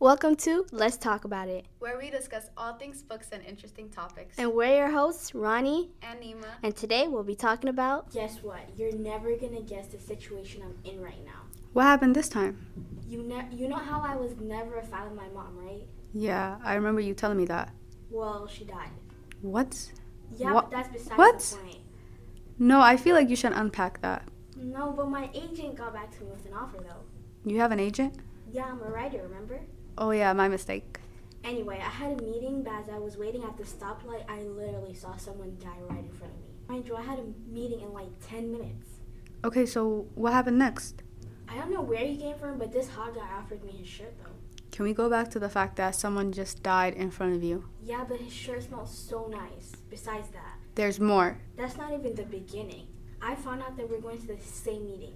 Welcome to Let's Talk About It. where we discuss all things books and interesting topics. And we're your hosts, Ronnie, and Nima. and today we'll be talking about Guess what? You're never gonna guess the situation I'm in right now. What happened this time? You ne- you know how I was never a fan of my mom, right? Yeah, I remember you telling me that. Well, she died. What? Yeah, Wha- but that's besides what? the point. No, I feel like you should unpack that. No, but my agent got back to me with an offer though. You have an agent? Yeah, I'm a writer, remember? Oh, yeah, my mistake. Anyway, I had a meeting, but as I was waiting at the stoplight, I literally saw someone die right in front of me. Mind you, I had a meeting in like 10 minutes. Okay, so what happened next? I don't know where he came from, but this hot guy offered me his shirt though. Can we go back to the fact that someone just died in front of you? Yeah, but his shirt smells so nice. Besides that, There's more. That's not even the beginning. I found out that we're going to the same meeting.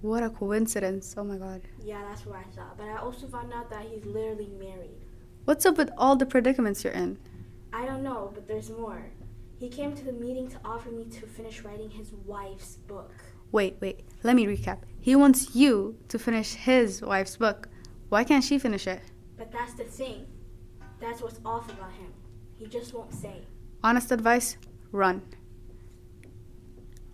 What a coincidence. Oh my god. Yeah, that's what I saw. But I also found out that he's literally married. What's up with all the predicaments you're in? I don't know, but there's more. He came to the meeting to offer me to finish writing his wife's book. Wait, wait, let me recap. He wants you to finish his wife's book. Why can't she finish it? But that's the thing. That's what's off about him. He just won't say. Honest advice run.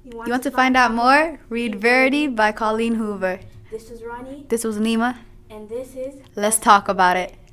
You want, You want to find out more? Read Verity by Colleen Hoover. This is Ronnie, This was Nima. and this is Let's talk about it.